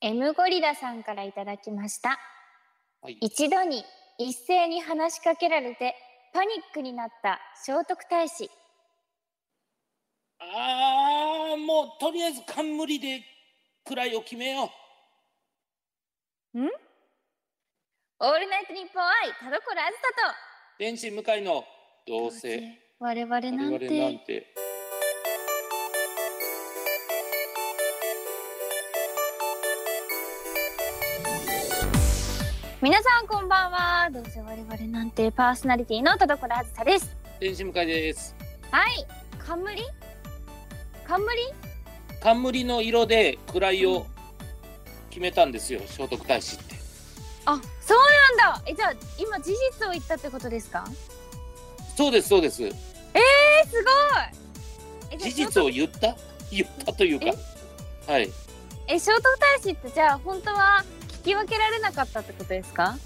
M ゴリラさんからいただきました。はい。一度に一斉に話しかけられてパニックになった聖徳太子。ああ、もうとりあえず冠で位を決めよう。オールナイトニッポン愛田所あずたと。天使向かいのどうせ我々我な々んなんて。て。皆さんこんばんは。どうせ我々なんてパーソナリティの田所あずさです。天使向かいです。はい。冠冠冠の色で位を決めたんですよ、聖徳太子って。あ、そうなんだ。え、じゃあ今事実を言ったってことですかそうです、そうです。え、すごいえじゃあ事実を言った言ったというか。はい。え聖徳太子ってじゃあ本当は聞き分けられなかったってことですか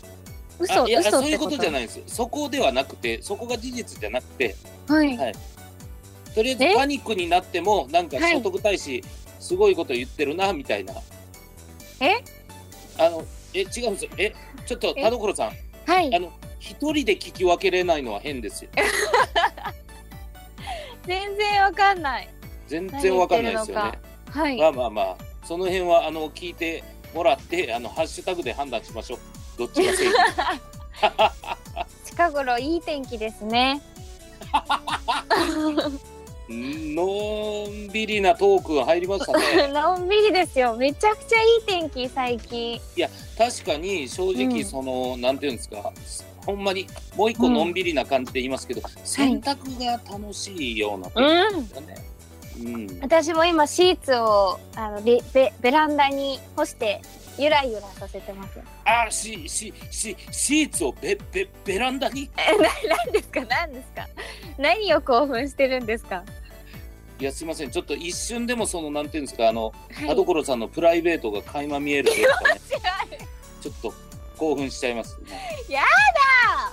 嘘あいや嘘そっういてうここととじゃないです。そこではなくて、そこが事実じゃなくて、はい、はいとりあえずえパニックになっても、なんかはい聖徳太子、すごいこと言ってるな、みたいな。えあの、え、違うんですよ。え、ちょっとえ田所さん、はいあの、一人で聞き分けれないのは変ですよ。全然わかんない全然わかんないですよ何言っね。はいまあまあまあ、その辺は、あの、聞いてもらって、あの、ハッシュタグで判断しましょう。どっちが正義近頃いい天気ですね のんびりなトークが入りましたね。のんびりですよめちゃくちゃいい天気最近確かに正うん直その、なんていうんですかほんまにもう一個のんびりな感じで言いますけど、洗濯が楽しいような感うんじだね。うん、私も今シーツをあのベベベランダに干してゆらゆらさせてますあしししシーツをベベベランダにえな何ですか何ですか何を興奮してるんですかいやすいませんちょっと一瞬でもそのなんていうんですかあの、はい田所さんのプライベートが垣間見えるというかね 違うちょっと興奮しちゃいます、やだ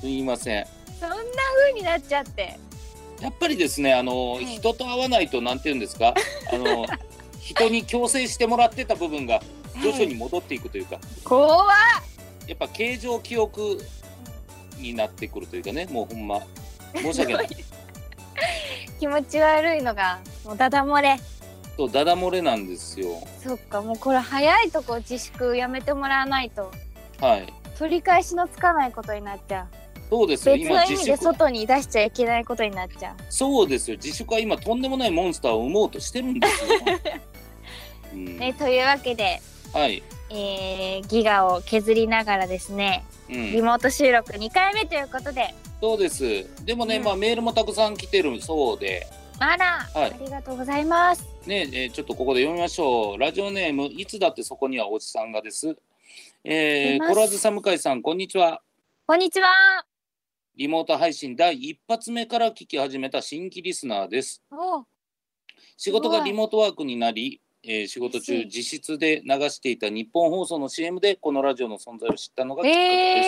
すいませんそんな風になっちゃってやっぱりですねあの、はい人と会わないとなんていうんですか あの人に強制してもらってた部分が徐々に戻っていくというか、怖っやっぱ形状記憶になってくるというかねもうほんま申し訳ない気持ち悪いのがもうダダ漏れとダダ漏れなんですよそっかもうこれ早いとこ自粛やめてもらわないとはい取り返しのつかないことになっちゃうそうですよ別の今意自味で粛外に出しちゃいけないことになっちゃそうですよ自粛は今とんでもないモンスターを生もうとしてる んですよ、うんう、ね、というわけで、はい、えーギガを削りながらですねうリん、モート収録2回目ということでそうですでもね、うんまあメールもたくさん来てるそうであら、はいありがとうございますねえーちょっとここで読みましょうラジオネームいつだってそこにはおじさんがです出えー、ますコロワズサムカイさんこんにちはこんにちはリモート配信第一発目から聞き始めた新規リスナーですおう仕事すがごいリモートワークになり、えー仕事中嬉自室で流していた日本放送の CM でこのラジオの存在を知ったのがきっかけです、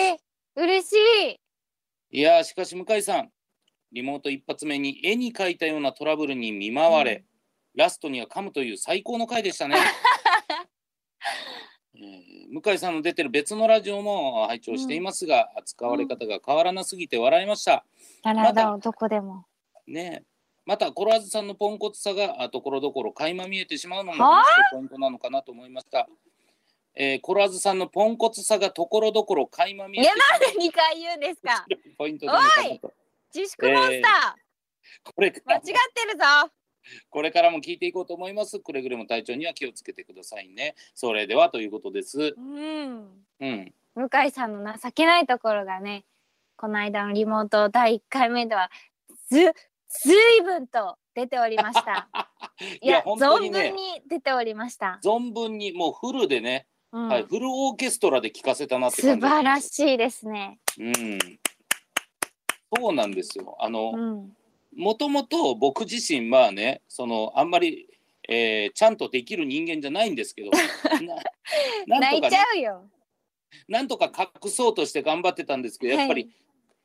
えー、嬉しいいやーしかし向井さんリモート一発目に絵に描いたようなトラブルに見舞われ、ラストには噛むという最高の回でし たね、えー向井さんの出てる別のラジオも拝聴していますが、扱われ方が変わらなすぎて笑いました、体をどこで もねえまたコロワズさんのポンコツさがあところどころ垣間見えてしまうのもはあ話のポイントなのかなと思いました、えー、コロワズさんのポンコツさがところどころ垣間見えてし2回言うんですまかうポイントなのかなと自粛モンスタこれかー、間違らってるぞこれからも聞いていこうと思いますくれぐれも体調には気をつけてくださいねそれではということですうんうん向井さんの情けないところがねこの間のリモート第1回目ではずずいぶんと出ておりました いいやや本当存に分ねに出ておりました、存分にもうフルでね、うんはい、フルオーケストラで聴かせたなって素感じ晴らしいですね、い、うん、そうなんですよあの、うん、もともと僕自身まあねそのあんまり、えーちゃんとできる人間じゃないんです けどななん泣といか、ちね、ゃうよなんとか隠そうとして頑張ってたんですけどやっぱりはい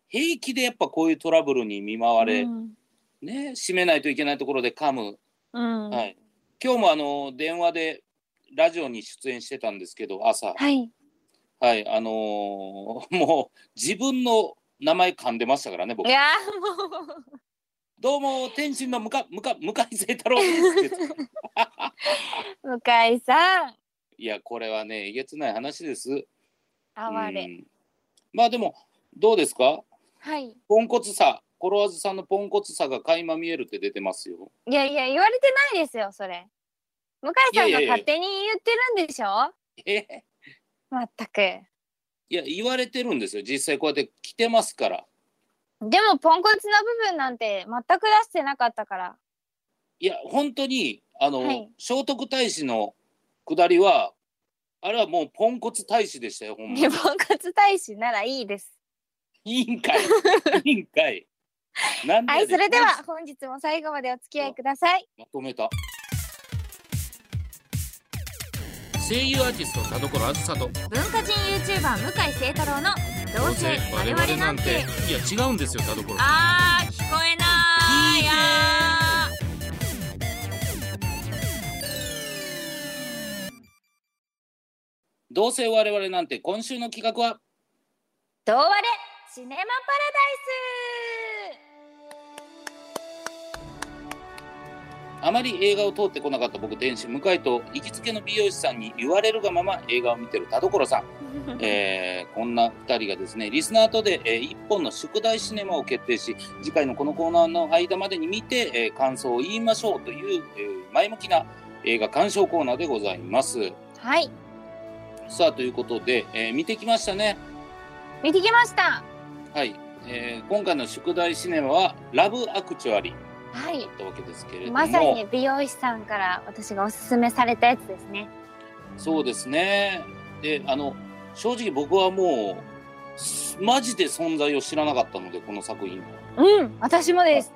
平気でやっぱこういうトラブルに見舞われ、うんね締めないといけないところで噛む、うんはい、今日もあの電話でラジオに出演してたんですけど朝はい、はい。あのー もう自分の名前噛んでましたからね僕いやーもうどうも天心の向か向か向井聖太郎ですって言って向井さんいやこれはねえげつない話です哀れ、うんまあでもどうですかはいポンコツさコロワーズさんのポンコツさが垣間見えるって出てますよいやいや言われてないですよそれ向井さんいやがいやいや勝手に言ってるんでしょえまったくでいや言われてるんですよ実際こうやって来てますからもポンコツな部分なんて全く出してなかったからいや本当にあの、はい聖徳太子の下りはあれはもうポンコツ大使でしたよほんまいや ポンコツ大使ならいいです委 員会委員会なんはいやそれでは本日も最後までお付き合いくださいまとめた声優アーティスト田所あずさと文化人 YouTuber 向井聖太郎のどいや違うんですよ田所あー聞こえないやどうせ我々なんて今週の企画はどうあれシネマパラあまり映画を通ってこなかった僕天使向井と行きつけの美容師さんに言われるがまま映画を見てる田所さんダイスえーこんな2人がですねリスナーとで、え1本の宿題シネマを決定し次回のこのコーナーの間までに見て、えー感想を言いましょうという、えー前向きな映画鑑賞コーナーでございます。はいさあということで、えー見てきましたね。見てきましたはい、えー今回の宿題シネマは「ラブ・アクチュアリー」はだいったわけですけれども、まさに美容師さんから私がおすすめされたやつですねそうですね。であの正直僕はもうすマジで存在を知らなかったのでこの作品うん私もです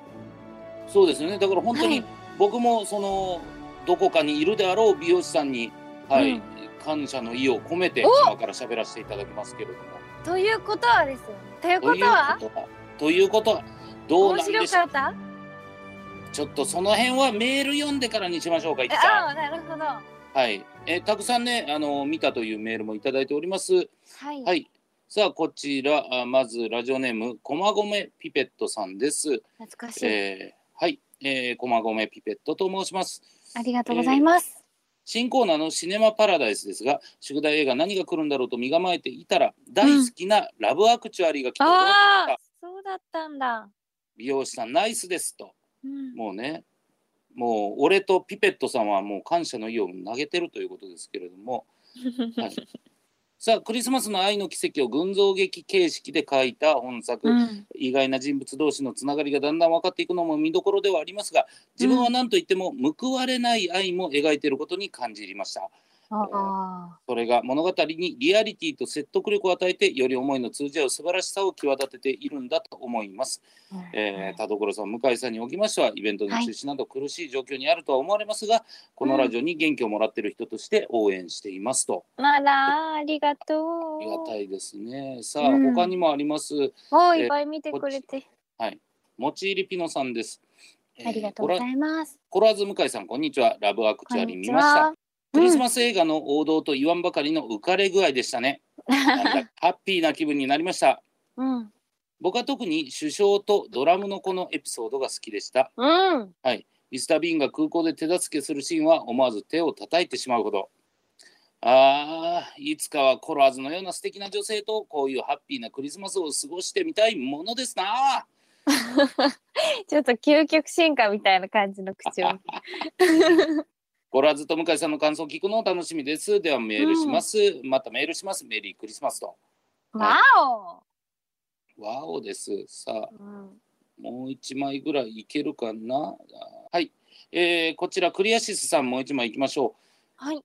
そうですよねだから本当はにい僕もそのどこかにいるであろう美容師さんに、はいうん感謝の意を込めてお今から喋らせていただきますけれども。ということはですよというとこいとはうことはということはどう面なん白でしょかうったちょっとその辺はメール読んでからにしましょうか一え旦ああなるほどははいえたくさんねあの見たというメールもいただいておりますいはいさあこちらあまずラジオネーム駒込ピペットさんです、懐かしい、えーはい、えー、駒込ピペットと申しますありがとうございます、新コーナーのシネマパラダイスですが宿題映画何が来るんだろうと身構えていたら大好きなラブアクチュアリーが来て、ああそうだったんだ美容師さんナイスですとうんもうねもう俺とピペットさんはもう感謝の意を投げてるということですけれども、はい、さあクリスマスの愛の奇跡を群像劇形式で書いた本作、うん意外な人物同士のつながりがだんだん分かっていくのも見どころではありますが自分は何と言っても報われない愛も描いていることに感じました。ああそれが物語にリアリティと説得力を与えてより思いの通じ合う素晴らしさを際立てているんだと思います、えー田所さん向井さんにおきましてはイベントの中止など苦しい状況にあるとは思われますが、このラジオに元気をもらっている人として応援していますとまだありがとう。ありがたいですねさあ、うん他にもありますおーえーいっぱい見てくれて、持ち入りピノさんです、えーありがとうございます。コラーズ向井さんこんにちはラブアクチュアリー見ましたこんにちはクリスマス映画の王道と言わんばかりの浮かれ具合でした ね、なんだハッピーな気分になりましたうん、僕は特に首相とドラムの子のエピソードが好きでした。うん、ミスター・ビーンが空港で手助けするシーンは思わず手を叩いてしまうほど。ああ、いつかはコロアズのような素敵な女性とこういうハッピーなクリスマスを過ごしてみたいものですな。ちょっと究極進化みたいな感じの口を。コロアズと向井さんの感想を聞くのを楽しみです。ではメールします。またメールします。メリークリスマスと。わお、わおです。さあ、うん、もう1枚ぐらいいけるかな。あはい。えーこちらクリアシスさんもう1枚いきましょう。はい、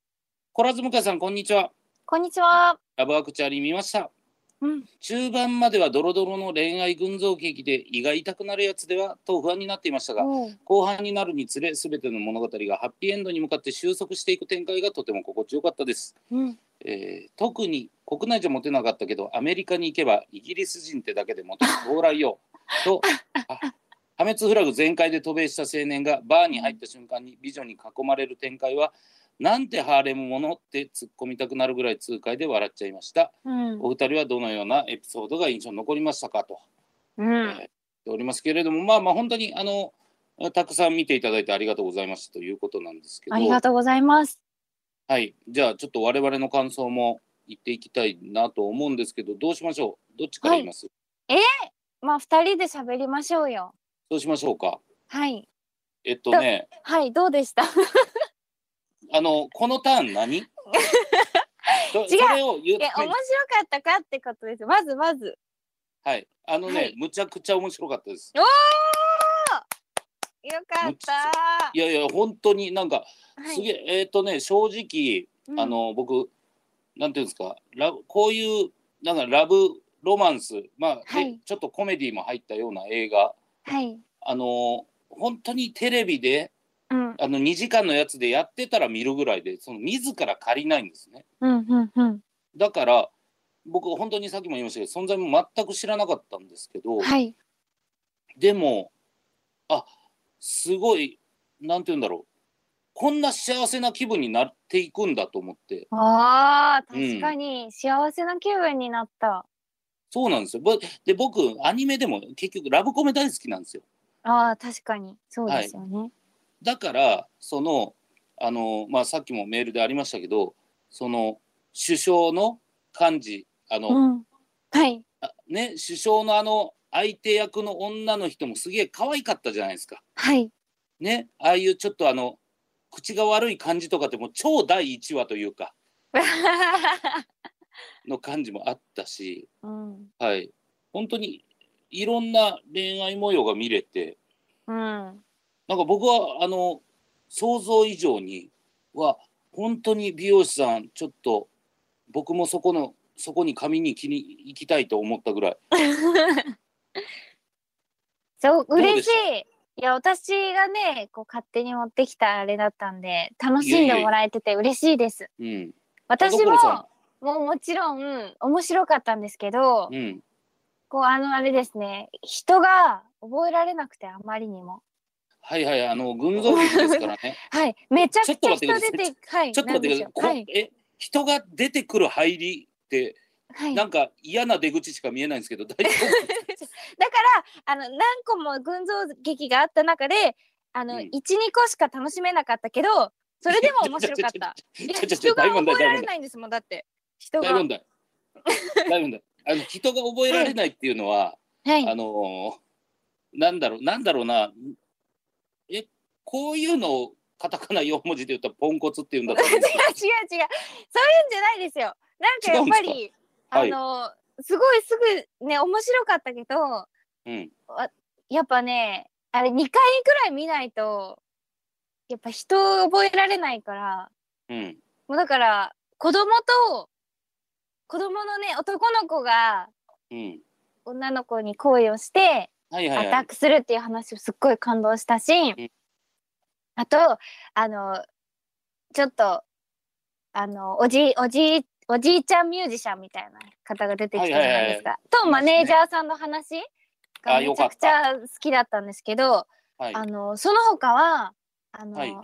コラズムカさんこんにちはこんにちは。ラブアクチャリー見ましたうん、中盤まではドロドロの恋愛群像劇で胃が痛くなるやつではと不安になっていましたがおー後半になるにつれ全ての物語がハッピーエンドに向かって収束していく展開がとても心地よかったです、うん、えー特に国内じゃモテなかったけどアメリカに行けばイギリス人ってだけでモテる到来よとあ破滅フラグ全開で渡米した青年がバーに入った瞬間に美女に囲まれる展開はなんてハーレムものって突っ込みたくなるぐらい痛快で笑っちゃいました。うんお二人はどのようなエピソードが印象に残りましたかと、うん言っておりますけれども、まあまあ本当にあのたくさん見ていただいてありがとうございましたということなんですけど、ありがとうございます。はい、じゃあちょっと我々の感想も言っていきたいなと思うんですけど、どうしましょう。どっちから言います。まあ二人で喋りましょうよ。どうしましょうか。はいえっとね、はいどうでした？あのこのター ン何？違う。それを言っいや面白かったかってことです。まずまず。はい。あのね、はいむちゃくちゃ面白かったです。おおよかったいやいや本当になんかはすいげえ、えっ、とね正直、うんあの僕なんていうんですかラブこういうなんかラブロマンスまあ、ではいちょっとコメディも入ったような映画はい。あの本当にテレビでうんあの2時間のやつでやってたら見るぐらいでその自ら借りないんですねうんうんうん。だから僕本当にさっきも言いましたけど存在も全く知らなかったんですけど、はい。でもあすごいなんて言うんだろうこんな幸せな気分になっていくんだと思ってああうん確かに幸せな気分になった。そうなんですよぼで僕アニメでも結局ラブコメ大好きなんですよああ確かにそうですよね。だからそのあの、まあ、さっきもメールでありましたけどその首相の漢字あの、うん。はい。あね首相のあの相手役の女の人もすげえ可愛かったじゃないですか はい。ねああいうちょっとあの口が悪い感じとかでも超第1話というかの感じもあったし、うん。はい、本当にいろんな恋愛模様が見れてうん。なんか僕はあの想像以上には本当に美容師さんちょっと僕もそこのそこに髪に気に行きたいと思ったぐらい そうう嬉でしたしい。いや私がねこう勝手に持ってきたあれだったんで楽しんでもらえてて嬉しいです。、うん、私田所さももうもちろん面白かったんですけど、ん、うん、こうあのあれですね人が覚えられなくてあまりにもはいはいあの群像劇ですからねはいめちゃくちちょゃっ人と待って出くださいてはいちょっと待ってください、こなんでしょえ人が出てくる入りってうはい、はい、なだかんか嫌な出口しか見えないん ですけど大丈らあの何個も群像劇があった中であの、うん12個しか楽しめなかったけどそれでも面白かったいやちょちょちょ人が大問題覚えら大問れ題ないんですもんだって人夫が大問題大問題あの人が覚えられないっていうのは、はいあのーなんだろうなんだろうなえこういうのをカタカナ4文字で言ったらポンコツっていうんだと思うんで す違う違う違うそういうんけどじゃないですよなんかやっぱ違うんり、はいあのすごいすぐね面白かったけどうん、やっぱねあれ2回くらい見ないとやっぱ人を覚えられないからうん、もうだから子供と子供のね男の子がうん、女の子に恋をしてはいはアいタはッいクするっていう話をすっごい感動したし、んあとあのちょっとあのおじいおじいおじいちゃんミュージシャンみたいな方が出てきたじゃないですか。とマネージャーさんの話あがよめちかっゃたくちゃ好きだったんですけどはいあのその他はあの、はい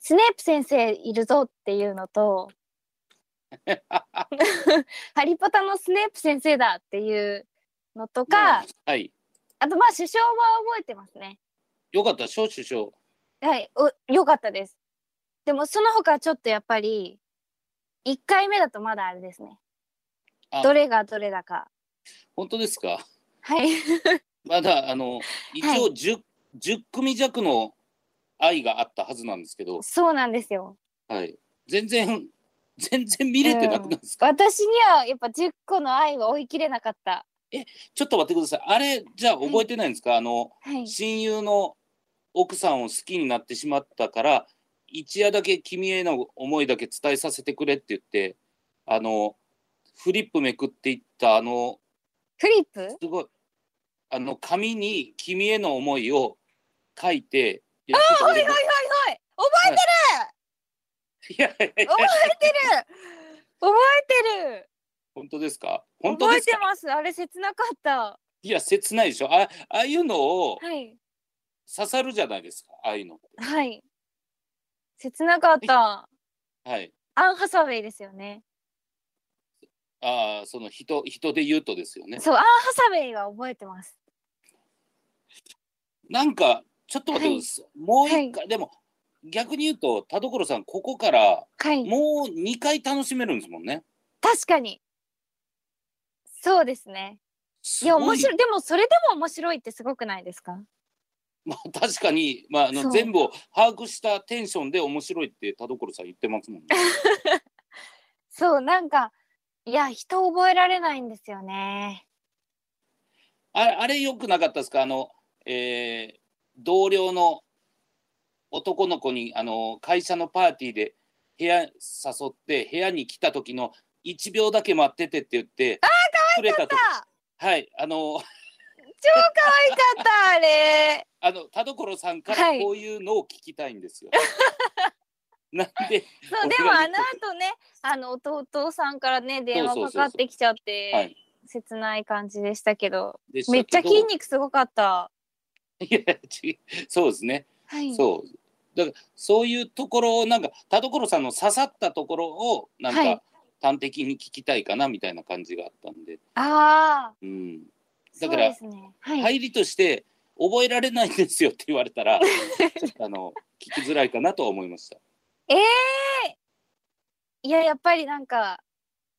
スネープ先生いるぞっていうのとハリポタのスネープ先生だっていうのとか、はいあとまあ首相は覚えてますね。よかった小首相はい、お良かったです。でもその他ちょっとやっぱり1回目だとまだあれですねあ。どれがどれだか。本当ですかはい。 まだあの一応はい 10,、10組弱の愛があったはずなんですけど、そうなんですよ。はい、全然全然見れてなくないですか、私にはやっぱ10個の愛は追い切れなかった。ちょっと待ってくださいあれじゃあ覚えてないんですか、あのはい。親友の奥さんを好きになってしまったから一夜だけ君への思いだけ伝えさせてくれって言ってあのフリップめくっていったあのフリップすごいあの紙に君への思いを書いていやちょっとおいお俺いおいおいおい覚えいやいやいや覚えてる 覚えてる本当ですか本当覚でえすかてますあれ切なかった。いや切ないでしょあああいうのをはい。刺さるじゃないですかああいうのはい。切なかった。はい。アンハサウェイですよね。ああ、その人、人で言うとですよね。そう、アンハサウェイは覚えてます。なんか、ちょっと待ってください。もう一回、でも、逆に言うと、田所さん、ここから、はい、もう2回楽しめるんですもんね。確かに。そうですね。すいや、ご面い。白い、でも、それでも面白いってすごくないですか。 まあ、確かに、まあ、あその、う全部を把握したテンションで面白いって田所さん言ってますもんね。そう、なんか。いや、人覚えられないんですよね。あれ、あれ良くなかったですかあの、えー同僚の男の子に、あの、会社のパーティーで部屋誘って、部屋に来た時の1秒だけ待っててって言って、ああ、かわいかさあ、はい、あの、超可愛かった、あ れ。あの、田所さんかはらいこういうのを聞きたいんで すよ。なんで、そう、俺でがも、あ言っのた後ね、あの弟さんからね、電話そうそうかそかうそうってきちゃっはてい。切ない感じでしたけど。でしためっちゃけ筋ど肉すごかった。いや違う そうですね。はい。そう。だからそういうところをなんか田所さんの刺さったところをなんか、はい端的に聞きたいかなみたいな感じがあったんで、ああ、うん、そだうからですね。はい。入りとして覚えられないんですよって言われ たらちょっとあの聞きづらいかなとは思いました。ええいや、やっぱりなんか、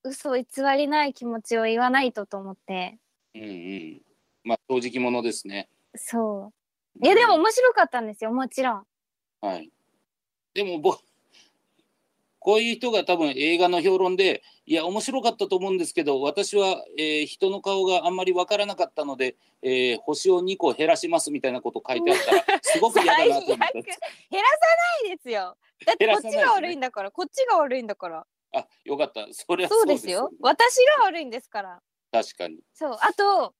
嘘を偽りない気持ちを言わないとと思って。うんうん。まあ正直者ですね。そう。いや、でも面白かったんですよ、もちろん。はい。でも僕、こういう人が多分映画の評論で、いや、面白かったと思うんですけど、私は、えー人の顔があんまりわからなかったので、えー星を2個減らしますみたいなこと書いてあっ たら、すごく嫌だなと思ったんです。減らさないですよ。だって減こっらさなちいですねが悪いんだから、こっちが悪いんだから。あ、よかった。それはそそううでですすよよ。。私が悪いんですから。確かに。そう。あと、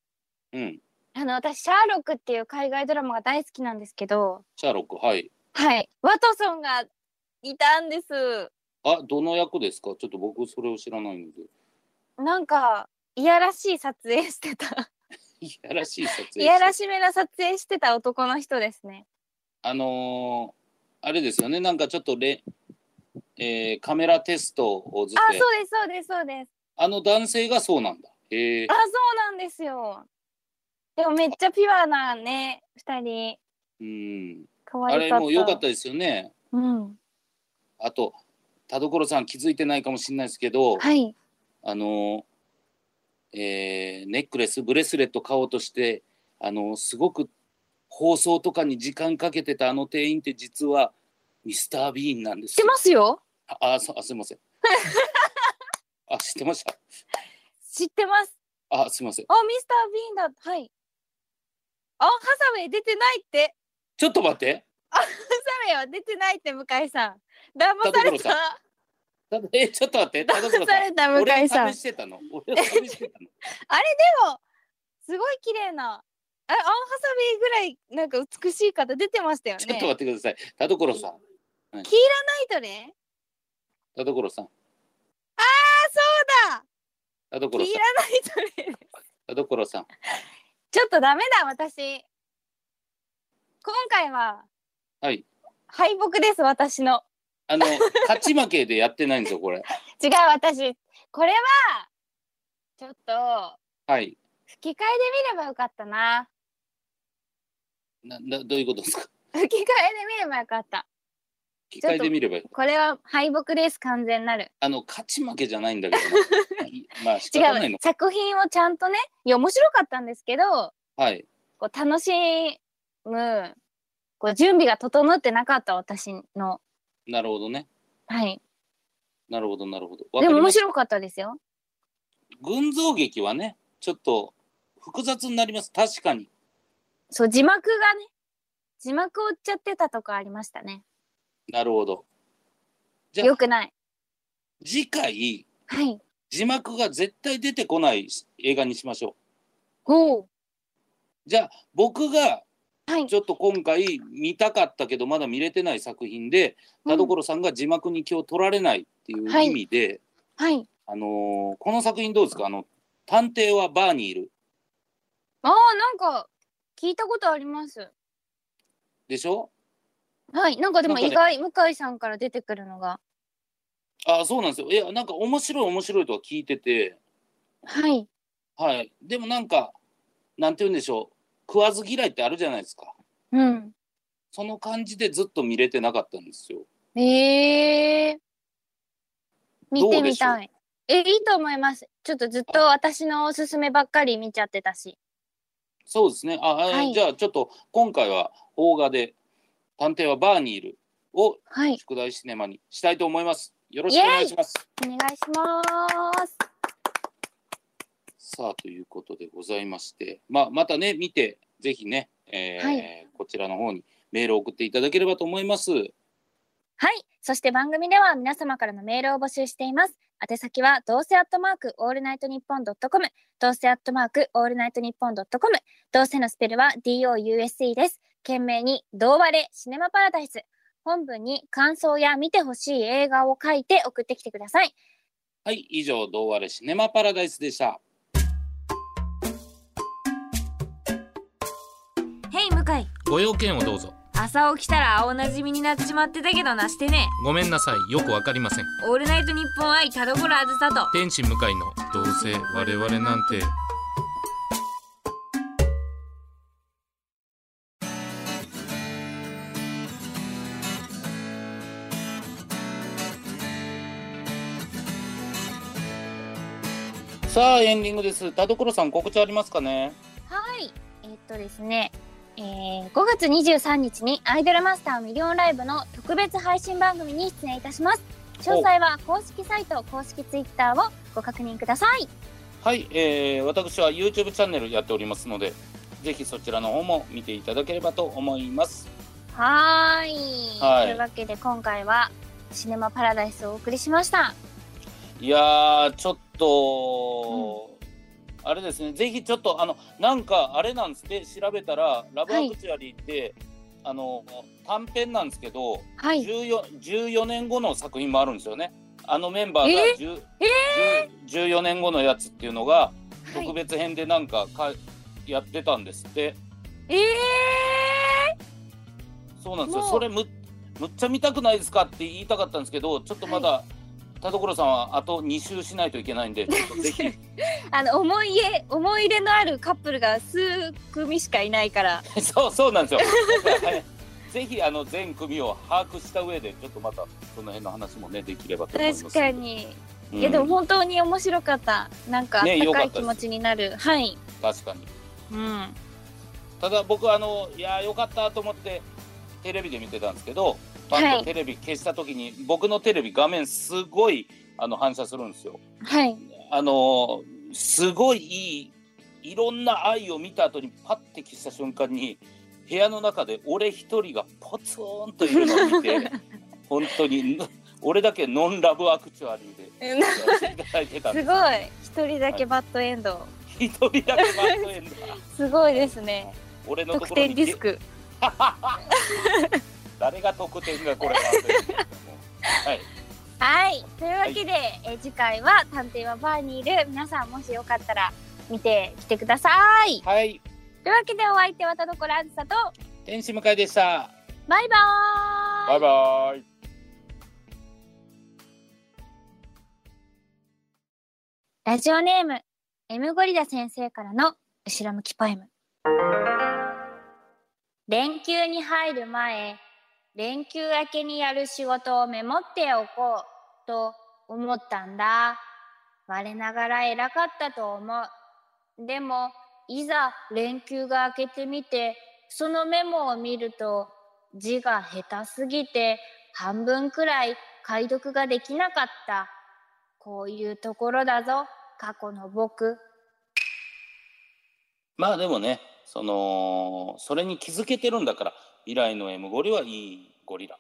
うん。あの、私、シャーロックっていう海外ドラマが大好きなんですけど、シャーロック、はい。はい。ワトソンがいたんです。あ、どの役ですかちょっと僕、それを知らないので。なんかいやらしい撮影してたいやらしい撮い影。やらしめな撮影してた男の人ですねあのーあれですよね。なんかちょっとレ、えーカメラテストをずっあとそうやっですそうですそうですあの男性がそうなんだ。へえあ。そうなんですよでもめっちゃピュアなね二人うん。可あ愛れかったも良かったですよね。うんあと田所さん気づいてないかもしれないですけど、はいあのえーネックレスブレスレット買おうとしてあのすごく放送とかに時間かけてたあの店員って実はミスター・ビーンなんで知っすてよ。ますよああそあすい ません。あ知ってました。知ってますあすいません。あミスター・ビーンだはいあハサウェイ出てないってちょっと待って。ハサウェイは出てないって向井さん騙され田所さんたたえちょっと待って田 所騙ささん。れた向俺井さんを試してたの。俺を試してたの。すごい綺麗な。え、アンハサビーぐらい、なんか美しい方出てましたよね。ちょっと待ってください。田所さん。タイトル。田所さん。あ、田そうだ。所さキんー。ラナイトル。田所さん。 ちょっとダメだ、私。今回は。はい。敗北です、私の。あ の、勝ち負けでやってないんですよ、これ。違う、私。これは。ちょっと。はい。吹き替えで見ればよかったな。な、な、どういうことですか。 吹き替えで見ればよかった。機械で見ればいい。これは敗北です、完全なる。あの、勝ち負けじゃないんだけど な。いまあ、仕違方ないうの。。作品をちゃんとね。いや、面白かったんですけど。はい。こう楽しむこう準備が整ってなかった私のなるほどね。はいなるほど、なるほど。わでかもりま面した。白かったですよ群像劇はね、ちょっと複雑になります。確かに。そう字幕がね字幕を追っちゃってたとこありましたねなるほど。じゃよあ、くない次回、はい字幕が絶対出てこない映画にしましょおおう。じゃあ、僕がはいちょっと今回見たかったけどまだ見れてない作品でう田ん所さんが字幕に気を取られないっていう意味で、はいあのーこの作品どうですかあの探偵はバーにいるああなんか聞いたことありますでしょはい、なんかでもなんか意ね外、向井さんから出てくるのが。あそうなんですよいやなんか面白い面白いとは聞いててはい。はいでもなんかなんて言うんでしょう食わず嫌いってあるじゃないですかうん。その感じでずっと見れてなかったんですよええ見てどうでみしょうたい。え、いいと思います。ちょっとずっと私のおすすめばっかり見ちゃってたし。そうですねあ、あはいじゃあちょっと今回は邦画で「探偵はバーにいる」をはい。宿題シネマにしたいと思いますよろしくお願いしますお願いします。さあということでございまして、まあ、またね見てぜひね、えーはいこちらの方にメールを送っていただければと思います。はい。そして番組では皆様からのメールを募集しています。宛先は、どうせアットマークオールナイトニッポンドットコム、どうせアットマークオールナイトニッポンドットコム、どうせのスペルは DOUSE です。懸命に、どうわれシネマパラダイス。本文に感想や見てほしい映画を書いて送ってきてください。はい、以上、どうあれシネマパラダイスでした。へい向井ご用件をどうぞ。朝起きたら青なじみになっちまってたけどなしてねごめんなさい、よくわかりません。オールナイトニッポン愛田所あずさと天使向かいの、どうせ我々なんて。さあ、エンディングです。田所さん、告知ありますかね。はい。えーっとですね、えー5月23日にアイドルマスターミリオンライブの特別配信番組に出演いたします。詳細は公式サイト、公式ツイッターをご確認ください。はい、えー、私は YouTube チャンネルやっておりますので、ぜひそちらの方も見ていただければと思います。はーいはいというわけで今回はシネマパラダイスをお送りしました。いやー、ちょっと、あれですね、ぜひちょっと、あの、なんかあれなんですね、調べたら、ラブアクチュアリーって、あの、短編なんですけど、はい。 14, 14年後の作品もあるんですよね。あのメンバーがえ10 10 14年後のやつっていうのが、は特い、別編でなんかかやってたんですって。ええそうなんですよ。もうそれむむっちゃ見たくないですかって言いたかったんですけど、ちょっとまだ、田所さんはあと2周しないといけないんで、ちょっとぜひ あの思い出思い出のあるカップルが数組しかいないから。 そうそうなんですよ。はいぜひあの全組を把握した上でちょっとまたその辺の話もねできればと思います。確かに。うん。いやでも本当に面白かった。なんかあっねたよかかっいたで気す持ちになる。はい。確かに。うん。ただ僕あのいやーよかったと思ってテレビで見てたんですけど、パはッいとテレビ消した時に僕のテレビ画面すごいあの反射するんですよ。はい。あのーすごいいいいろんな愛を見た後にパッて消した瞬間に部屋の中で俺一人がポツンといるのを見て本当に俺だけノンラブアクチュアリーでえなやらせていただいてたん すでごい。一人だけバッドエンド。一人だけバッドエンドがすごいですね。俺のと得ころ点にディ スク。誰が得点がこれバッドエンドだと思うはいはい。というわけで、え次回は探偵はバーにいる皆さんもしよかったら見てきてください。はいというわけでお相手は田所あずさと天使向かいでしたバイバーイ。バイバイラジオネーム M ゴリラ先生からの後ろ向きポエム連休に入る前連休明けにやる仕事をメモっておこうと思ったんだ我ながら偉かったと思うでもいざ連休が明けてみてそのメモを見ると字が下手すぎて半分くらい解読ができなかったこういうところだぞ過去の僕まあでもねそのそれに気づけてるんだから未来の M ゴリはいいゴリラ